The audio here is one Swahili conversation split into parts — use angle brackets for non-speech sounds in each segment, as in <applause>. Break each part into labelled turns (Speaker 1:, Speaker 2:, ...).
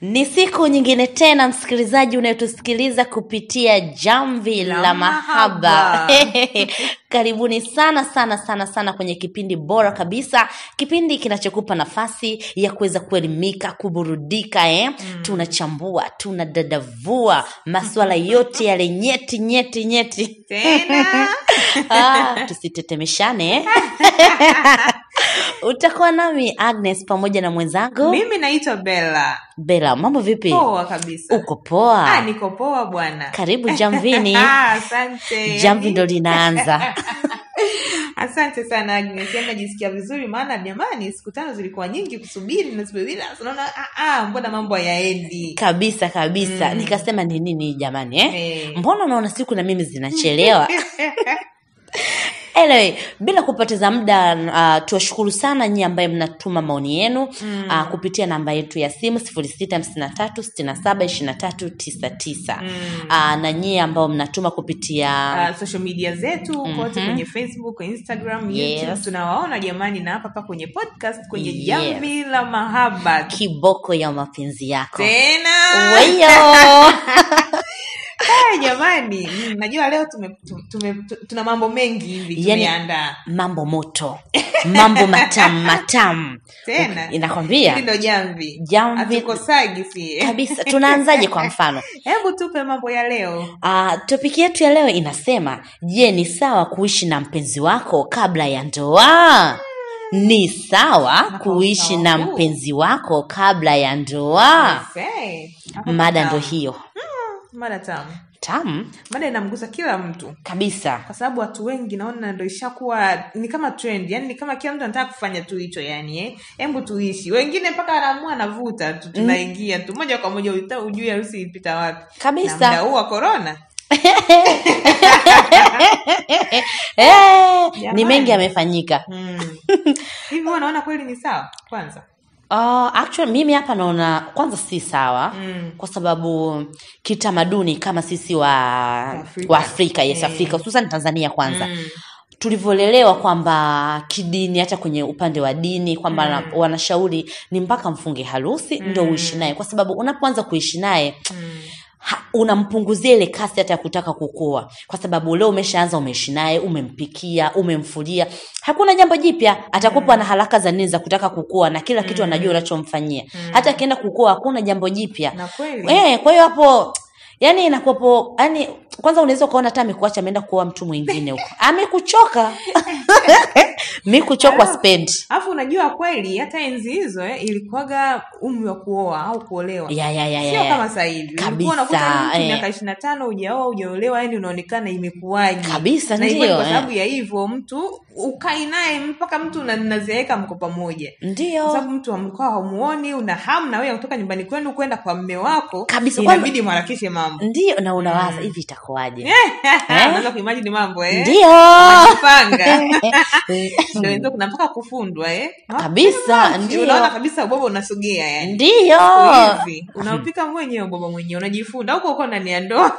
Speaker 1: Ni siku nyingine tena, msikilizaji unayetusikiliza kupitia jamvi la,
Speaker 2: La
Speaker 1: mahaba,
Speaker 2: Mahaba.
Speaker 1: <laughs> karibuni sana sana sana sana kwenye kipindi bora kabisa, kipindi kinachokupa nafasi ya kuweza kuelimika, kuburudika eh?
Speaker 2: Mm.
Speaker 1: Tunachambua, tunadadavua
Speaker 2: <laughs>
Speaker 1: masuala yote yale nyeti nyeti nyeti <laughs>
Speaker 2: tena
Speaker 1: ah, tusitetemeshane
Speaker 2: <laughs>
Speaker 1: eh? Utakuwa nami Agnes pamoja na mwenzangu
Speaker 2: mimi naitwa bella
Speaker 1: Bella, mambo vipi?
Speaker 2: poa kabisa
Speaker 1: Uko poa?
Speaker 2: ah, niko poa bwana
Speaker 1: Karibu
Speaker 2: <laughs>
Speaker 1: Jamvini.
Speaker 2: Ah, asante
Speaker 1: Jamvi ndo linaanza.
Speaker 2: <laughs> asante sana agnes Yaani najisikia vizuri maana jamani siku tano zilikuwa nyingi kusubiri nasubiri naona ah, ah, mbona mambo hayaendi
Speaker 1: kabisa kabisa.
Speaker 2: Mm.
Speaker 1: Nikasema ni nini jamani eh?
Speaker 2: Eh.
Speaker 1: Mbona naona siku na mimi zinachelewa? Anyway, bila kupoteza muda uh, tuwashukuru sana nyie ambaye mnatuma maoni yenu mm.
Speaker 2: Mm.
Speaker 1: uh, kupitia namba yetu ya simu 0653672399 mm.
Speaker 2: <laughs> Mm.
Speaker 1: uh, na nyie ambao mnatuma kupitia
Speaker 2: Ah, social media zetu kote
Speaker 1: Mhm.
Speaker 2: kwenye facebook instagram
Speaker 1: Yes.
Speaker 2: youtube tunawaona jamani na hapa hapa kwenye podcast kwenye
Speaker 1: Yes.
Speaker 2: jamvi la mahaba
Speaker 1: kiboko ya mapenzi yako
Speaker 2: tena
Speaker 1: weyo
Speaker 2: Haya <laughs> jamani, mm, najua leo tume, tu- tume, tu- tuna mambo mengi hivi
Speaker 1: Yani-
Speaker 2: tumeandaa
Speaker 1: mambo moto mambo
Speaker 2: <laughs>
Speaker 1: matamu matamu
Speaker 2: Tena. hili
Speaker 1: inakwambia
Speaker 2: ndo jamvi
Speaker 1: Jamvi-
Speaker 2: hatukosagi sie
Speaker 1: kabisa tunaanzaje kwa
Speaker 2: <laughs>
Speaker 1: mfano
Speaker 2: hebu tupe mambo ya leo
Speaker 1: Uh, topiki yetu ya leo inasema je ni sawa kuishi na mpenzi wako kabla ya ndoa ni sawa
Speaker 2: Hapa
Speaker 1: kuishi
Speaker 2: usawa
Speaker 1: na
Speaker 2: huu.
Speaker 1: mpenzi wako kabla ya ndoa
Speaker 2: Say, hapo
Speaker 1: Ah. mada
Speaker 2: tamu.
Speaker 1: ndo hiyo
Speaker 2: mada tamu
Speaker 1: tam
Speaker 2: mada inamgusa kila mtu
Speaker 1: kabisa
Speaker 2: kwa sababu watu wengi naona ndo ishakuwa ni kama trend yani ni kama kila mtu anataka kufanya tu hicho yani eh. hebu tuishi wengine mpaka anaamua anavuta tu tunaingia tu moja kwa moja uta- ujui harusi ilipita wapi na
Speaker 1: Kabisa. <laughs>
Speaker 2: mda huu wa korona
Speaker 1: Eh, ni
Speaker 2: Jamani.
Speaker 1: mengi yamefanyika <laughs>
Speaker 2: Mm. hivi wewe unaona kweli ni sawa kwanza
Speaker 1: Uh, actually mimi hapa naona kwanza si sawa
Speaker 2: Mm.
Speaker 1: kwa sababu kitamaduni kama sisi wa
Speaker 2: Afrika.
Speaker 1: wa Afrika yes,
Speaker 2: Mm.
Speaker 1: Afrika hususan Tanzania kwanza
Speaker 2: Mm.
Speaker 1: tulivyolelewa kwamba kidini hata kwenye upande wa dini kwamba
Speaker 2: Mm.
Speaker 1: wana- wanashauri ni mpaka mfunge harusi ndo
Speaker 2: Mm.
Speaker 1: uishi naye kwa sababu unapoanza kuishi naye
Speaker 2: Mm.
Speaker 1: ha- unampunguzia ile kasi hata ya kutaka kukua kwa sababu leo umeshaanza umeishi naye umempikia umemfulia hakuna jambo jipya
Speaker 2: Mm.
Speaker 1: atakupa na haraka za nini za kutaka kukua na kila kitu anajua unachomfanyia hata akienda kukua hakuna jambo jipya
Speaker 2: Mm. na kweli
Speaker 1: Eh, kwa hiyo hapo yani inakuwapo yani kwanza unaweza ukaona hata amekuacha ameenda kuoa mtu mwingine
Speaker 2: <laughs>
Speaker 1: huko amekuchoka <laughs> mi kuchokwa
Speaker 2: Hello.
Speaker 1: spendi
Speaker 2: alafu unajua kweli hata enzi hizo eh, ilikuwaga umri wa kuoa au kuolewa
Speaker 1: ya ya ya,
Speaker 2: sio
Speaker 1: ya,
Speaker 2: kama
Speaker 1: ya.
Speaker 2: sasa hivi
Speaker 1: Kabisa,
Speaker 2: ulikuwa unakuta mtu
Speaker 1: eh.
Speaker 2: miaka ishiri na tano ujaoa ujaolewa yani unaonekana imekuwaje
Speaker 1: Kabisa,
Speaker 2: na
Speaker 1: ndio,
Speaker 2: hivyo kwa
Speaker 1: eh.
Speaker 2: sababu ya hivyo mtu ukai naye mpaka mtu una- mnazeeka mko pamoja kwa
Speaker 1: ndio
Speaker 2: sababu mtu amkaa hamuoni una hamu na wewe ya kutoka nyumbani kwenu kwenda kwa mme wako
Speaker 1: Kabisa, kwanza-
Speaker 2: inabidi mharakishe mambo
Speaker 1: ndio na unawaza hivi itakuwaje
Speaker 2: <laughs> unaweza kuimajini mambo eh?
Speaker 1: ndio
Speaker 2: Unajipanga.
Speaker 1: <laughs>
Speaker 2: Ndio hizo kuna mpaka kufundwa eh?
Speaker 1: kabisa
Speaker 2: Ndio unaona
Speaker 1: ndio
Speaker 2: kabisa ubaba unasogea yani
Speaker 1: <laughs> ndio
Speaker 2: Siku hizi, unaupika mwenyewe ubaba mwenyewe unajifunda huko huko ndani
Speaker 1: <laughs>
Speaker 2: ya ndoa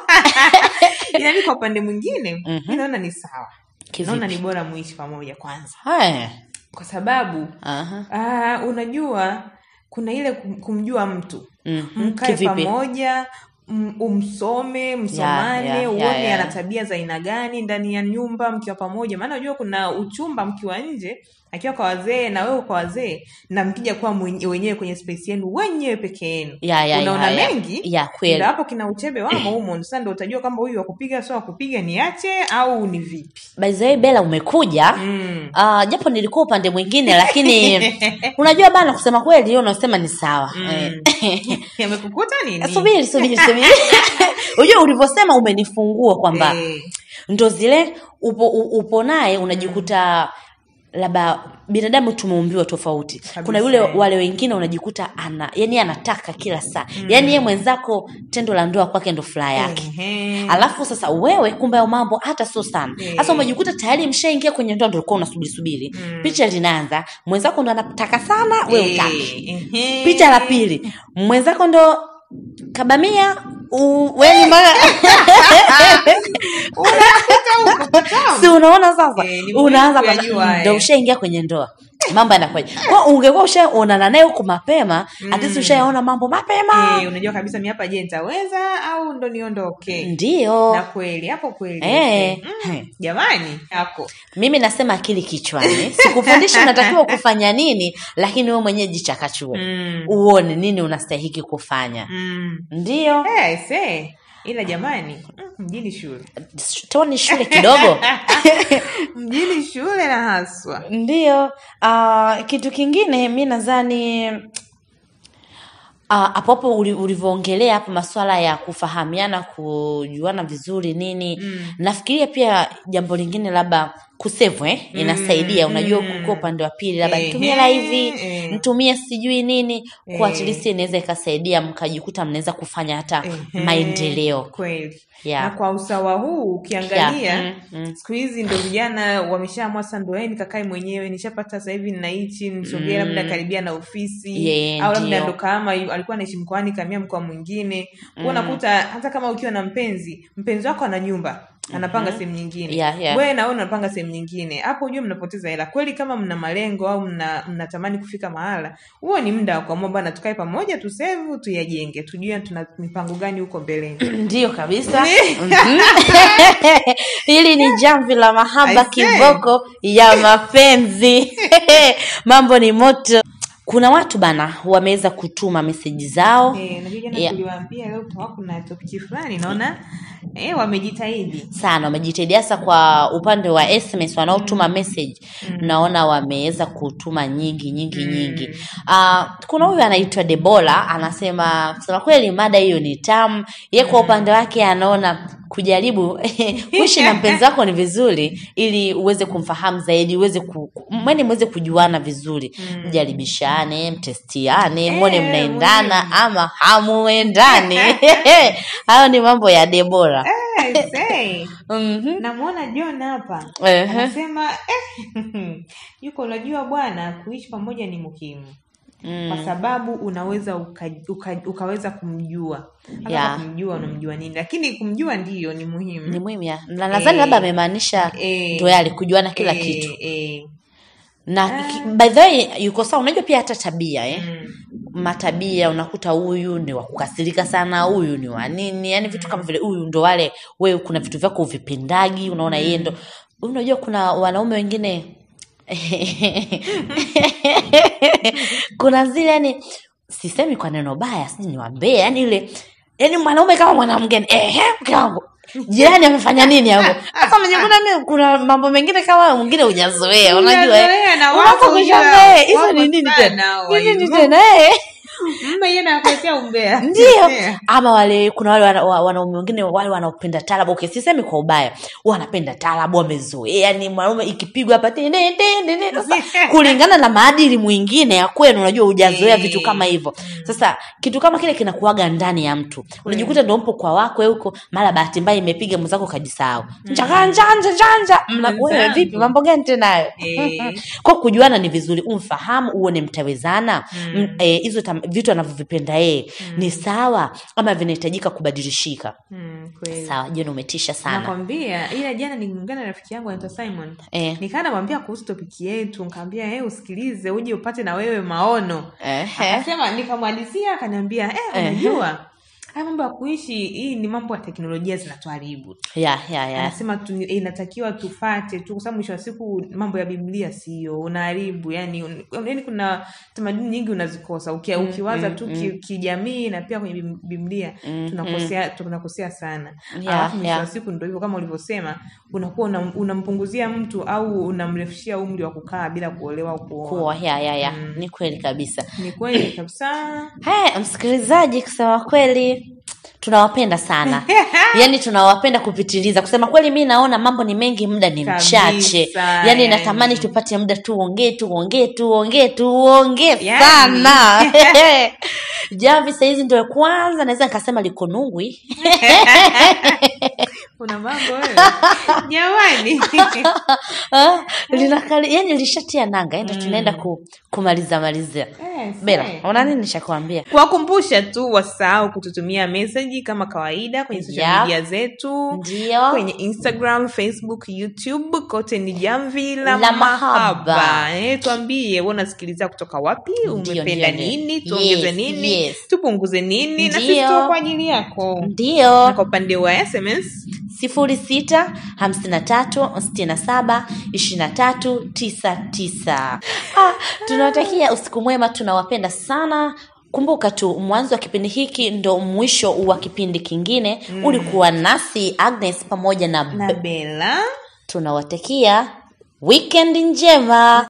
Speaker 2: yani kwa upande mwingine
Speaker 1: Mhm.
Speaker 2: mi naona ni sawa
Speaker 1: Kivipi?
Speaker 2: naona ni bora muishi pamoja kwanza
Speaker 1: Haya.
Speaker 2: kwa sababu
Speaker 1: Aha.
Speaker 2: ah, unajua kuna ile kum- kumjua mtu
Speaker 1: Mhm.
Speaker 2: Mm-hmm. mkae
Speaker 1: Kivipi?
Speaker 2: pamoja m- umsome msomane
Speaker 1: Ya, ya,
Speaker 2: uone
Speaker 1: ya, ya.
Speaker 2: ana tabia za aina gani ndani ya nyumba mkiwa pamoja maana unajua kuna uchumba mkiwa nje akiwa kwa wazee na wewe kwa wazee na mkija kuwa mwenye- wenyewe kwenye space yenu wenyewe peke yenu
Speaker 1: Ya, ya,
Speaker 2: unaona
Speaker 1: ya, ya.
Speaker 2: mengi
Speaker 1: Ya, kweli.
Speaker 2: ndio hapo kina uchebe wamo humo sasa ndo utajua kwamba huyu wakupiga sio wakupiga niache au ni vipi
Speaker 1: by the way bela umekuja
Speaker 2: mm.
Speaker 1: Ah, japo nilikuwa upande mwingine
Speaker 2: <laughs>
Speaker 1: lakini unajua bana kusema kweli hiyo unasema ni sawa
Speaker 2: Mm.
Speaker 1: <laughs>
Speaker 2: amekukuta nini
Speaker 1: Eh, subiri subiri subiri <laughs> unajua ulivyosema umenifungua kwamba
Speaker 2: Eh.
Speaker 1: ndo zile upo, u- upo naye unajikuta labda binadamu tumeumbiwa tofauti kuna yule
Speaker 2: Kabisa.
Speaker 1: wale wengine unajikuta ana yani anataka kila saa yani ye mwenzako tendo la ndoa kwake ndo
Speaker 2: Mm.
Speaker 1: furaha yake
Speaker 2: Eh, Ehe.
Speaker 1: alafu sasa wewe kumbe hayo mambo hata sio sana
Speaker 2: Mm.
Speaker 1: sasa umejikuta tayari mshaingia kwenye ndoa ndo ulikuwa unasubiri subiri
Speaker 2: Mm.
Speaker 1: picha linaanza mwenzako ndo anataka sana we
Speaker 2: Eh,
Speaker 1: utaki
Speaker 2: ehe.
Speaker 1: picha la pili mwenzako ndo kabamia u- we ni
Speaker 2: <laughs>
Speaker 1: mara-
Speaker 2: Unakuta huko,
Speaker 1: si unaona sasa
Speaker 2: Eh, ni muhimu
Speaker 1: unaanza
Speaker 2: kuyajua
Speaker 1: kwa-
Speaker 2: haya. eh.
Speaker 1: ndo ushaingia kwenye ndoa mambo yanakwaje kwa ungekuwa ushaonana naye huko mapema mm. at least ushayaona mambo mapema
Speaker 2: Eh, unajua kabisa mi hapa je nitaweza au ndo niondoke
Speaker 1: ndiyo
Speaker 2: na kweli hapo kweli
Speaker 1: Eh.
Speaker 2: okay.
Speaker 1: Eh.
Speaker 2: mm. jamani yako
Speaker 1: mimi nasema akili kichwani sikufundishi
Speaker 2: <laughs>
Speaker 1: unatakiwa kufanya nini lakini wewe mwenyewe jichakachue
Speaker 2: mm.
Speaker 1: uone nini unastahiki kufanya
Speaker 2: mm.
Speaker 1: ndiyo
Speaker 2: Eh, I say. ila jamani mm, mjini shule
Speaker 1: toni shule
Speaker 2: <laughs>
Speaker 1: kidogo
Speaker 2: mjini shule na haswa
Speaker 1: ndiyo uh, kitu kingine mi nadhani uh, apopo uli- ulivyoongelea hapo masuala ya kufahamiana kujuana vizuri nini
Speaker 2: Mm.
Speaker 1: nafikiria pia jambo lingine labda kusevwe eh? inasaidia
Speaker 2: Mm,
Speaker 1: unajua
Speaker 2: mm.
Speaker 1: kukiwa upande wa pili labda
Speaker 2: Ehe,
Speaker 1: nitumie hela hivi
Speaker 2: eh.
Speaker 1: nitumie sijui nini kwa
Speaker 2: Eh.
Speaker 1: atlist inaweza ikasaidia mkajikuta mnaweza kufanya hata
Speaker 2: Ehe,
Speaker 1: maendeleo
Speaker 2: Eh, kweli
Speaker 1: Yeah.
Speaker 2: na kwa usawa huu ukiangalia
Speaker 1: Yeah. Mm, mm.
Speaker 2: siku hizi ndo vijana wameshaamua sasa ndo "Eh, nikakae mwenyewe nishapata sasa hivi nina hichi nisogee
Speaker 1: Mm.
Speaker 2: labda karibia na ofisi
Speaker 1: Yeah,
Speaker 2: au labda
Speaker 1: ndio.
Speaker 2: ndo kama yu- alikuwa anaishi mkoani kamia mkoa mwingine kwa
Speaker 1: Mm.
Speaker 2: unakuta hata kama ukiwa na mpenzi mpenzi wako ana nyumba anapanga sehemu nyingine
Speaker 1: Mm-hmm. Yeah, yeah.
Speaker 2: wewe na wewe unapanga sehemu nyingine hapo ujue mnapoteza hela kweli kama mna malengo au mna- mnatamani kufika mahala huo ni muda wa kuamua bana tukae pamoja tusevu tuyajenge tujue tuna mipango gani huko mbeleni
Speaker 1: ndiyo kabisa Mhm. <laughs> hili ni jamvi la mahaba
Speaker 2: I say.
Speaker 1: kiboko ya mapenzi <laughs> mambo ni moto kuna watu bana wameweza kutuma meseji zao <laughs>
Speaker 2: Eh, unajua jana
Speaker 1: Yeah.
Speaker 2: tuliwaambia leo kutakuwa kuna topiki fulani naona eh, wamejitahidi
Speaker 1: sana wamejitahidi hasa kwa upande wa sms wanaotuma
Speaker 2: Mm.
Speaker 1: message naona wameweza kutuma nyingi nyingi
Speaker 2: Mm.
Speaker 1: Mm. nyingi uh, kuna huyu anaitwa debola anasema kusema kweli mada hiyo ni tamu ye kwa upande wake anaona kujaribu <laughs> kuishi na mpenzi wako ni vizuri ili uweze kumfahamu zaidi uweze ku, mwene mweze kujuana vizuri mjaribishane mtestiane mwone
Speaker 2: Mm. Eh,
Speaker 1: mnaendana
Speaker 2: mwone.
Speaker 1: ama
Speaker 2: <laughs>
Speaker 1: hamuendani <laughs> hayo ni mambo ya debora
Speaker 2: Eh, say.
Speaker 1: Mhm.
Speaker 2: namwona john hapa
Speaker 1: Ehe.
Speaker 2: anasema eh, <laughs> yuko unajua bwana kuishi pamoja ni muhimu
Speaker 1: Mm.
Speaker 2: kwa sababu unaweza uka, uka, ukaweza kumjua hata
Speaker 1: Yeah.
Speaker 2: yeah. kumjua unamjua nini lakini kumjua ndiyo ni muhimu
Speaker 1: ni muhimu ya na nadhani labda
Speaker 2: Eh.
Speaker 1: amemaanisha
Speaker 2: Eh.
Speaker 1: ndo yale kujuana kila
Speaker 2: Eh,
Speaker 1: kitu
Speaker 2: eh,
Speaker 1: na ki- by the way yuko sawa unajua pia hata tabia eh?
Speaker 2: Mm.
Speaker 1: matabia unakuta huyu ni wa kukasirika sana huyu ni wa nini yani vitu kama vile huyu ndo wale wewe kuna vitu vyako uvipendagi unaona yeye ndo unajua kuna wanaume wengine <laughs> kuna zile yani sisemi kwa neno baya si ni wambea yani ile yani mwanaume kama mwanamgeni ehe mke wangu jirani amefanya nini hapo sasa mwenye kuna mi- kuna mambo mengine kama mwingine hujazoea unajua eh.
Speaker 2: Hujazoea na watu
Speaker 1: Unapokusha
Speaker 2: hujua
Speaker 1: zoea, hizo
Speaker 2: wako
Speaker 1: ni nini
Speaker 2: sana
Speaker 1: tena
Speaker 2: hao
Speaker 1: Ni nini
Speaker 2: waibu.
Speaker 1: tena eh?
Speaker 2: mme yeye anakuletea umbea
Speaker 1: ndio
Speaker 2: Eh.
Speaker 1: ama wale kuna wale wana- wa- wanaume wengine wale wanaopenda tarabu okay, sisemi kwa ubaya wanapenda tarabu wamezoea ni mwanaume ikipigwa hapa tini, tini, tini.
Speaker 2: <laughs>
Speaker 1: Sasa, kulingana na maadili mwingine ya kwenu unajua hujazoea
Speaker 2: Eh.
Speaker 1: vitu kama hivyo sasa kitu kama kile kinakuaga ndani ya mtu
Speaker 2: Mm.
Speaker 1: unajikuta ndo mpo kwa wako huko mara bahati mbaya imepiga mwenzako kajisahau
Speaker 2: Mm.
Speaker 1: njaka njanja njanja mnakuwa wewe vipi
Speaker 2: Mwenzangu.
Speaker 1: mambo gani tena hayo
Speaker 2: Eh.
Speaker 1: kwa kujuana ni vizuri umfahamu uone mtawezana mm. eh, hizo tam- vitu anavyovipenda yeye ni sawa ama vinahitajika kubadilishika
Speaker 2: Mm, kweli.
Speaker 1: sawa jeni umetisha sana
Speaker 2: nakwambia ila jana niliungana na rafiki yangu anaitwa simon
Speaker 1: Eh.
Speaker 2: nikaa namwambia kuhusu topiki yetu nkaambia hey, usikilize uje upate na wewe maono
Speaker 1: Ehe.
Speaker 2: akasema nikamwadisia akaniambia eh,
Speaker 1: Ehe.
Speaker 2: unajua haya mambo ya kuishi hii ni mambo ya teknolojia zinatuharibu
Speaker 1: ya ya ya
Speaker 2: anasema tu, eh, inatakiwa tufate tu kwa sababu mwisho wa siku mambo ya biblia sio unaharibu yani, un, yani kuna tamaduni nyingi unazikosa uki, ukiwaza tu ki, kijamii na pia kwenye bim- biblia
Speaker 1: Mm,
Speaker 2: tunakosea tunakosea sana
Speaker 1: Yeah,
Speaker 2: alafu mwisho
Speaker 1: yeah.
Speaker 2: wa siku ndo hivyo kama ulivyosema unakuwa unam- unampunguzia mtu au unamrefishia umri wa kukaa bila kuolewa au kuoa
Speaker 1: kuwa ya ya ya ni kweli kabisa
Speaker 2: ni kweli kabisa
Speaker 1: haya msikilizaji kusema kweli tunawapenda
Speaker 2: <laughs>
Speaker 1: sana
Speaker 2: Eh.
Speaker 1: yaani tunawapenda kupitiliza kusema kweli mi naona mambo ni mengi muda ni
Speaker 2: Kabisa,
Speaker 1: mchache yaani
Speaker 2: yaani.
Speaker 1: natamani tupate muda tuongee tuongee tuongee tuongee
Speaker 2: Yaani. <laughs>
Speaker 1: sana <laughs> javi sahizi ndio kwanza naweza nikasema liko nungwi <laughs>
Speaker 2: una mambo wewe jamani <laughs> Eh.
Speaker 1: yaani Ah, linakali yani lishatia nanga ndo tunaenda ku, kumaliza malizia
Speaker 2: Mm. Eh, Yes,
Speaker 1: bela
Speaker 2: yes.
Speaker 1: una nini nishakwambia
Speaker 2: kuwakumbusha tu wasahau kututumia meseji kama kawaida kwenye social
Speaker 1: Yeah.
Speaker 2: media zetu
Speaker 1: Ndio.
Speaker 2: kwenye instagram facebook youtube kote ni jamvi la,
Speaker 1: La mahaba.
Speaker 2: mahaba, Eh, tuambie we unasikiliza kutoka wapi umependa
Speaker 1: ndio, ndio.
Speaker 2: nini tuongeze
Speaker 1: Yes,
Speaker 2: nini
Speaker 1: yes.
Speaker 2: tupunguze nini na sisi
Speaker 1: Ndio.
Speaker 2: tuko kwa ajili yako na
Speaker 1: ndiyo
Speaker 2: kwa upande wa sms
Speaker 1: sifuri sita hamsini na tatu sitini na saba ishirini na tatu tisa tisa Ah, tunawatakia usiku mwema tunawapenda sana kumbuka tu mwanzo wa kipindi hiki ndo mwisho wa kipindi kingine mm. ulikuwa nasi agnes pamoja na,
Speaker 2: na
Speaker 1: na.
Speaker 2: bela
Speaker 1: tunawatakia wikendi njema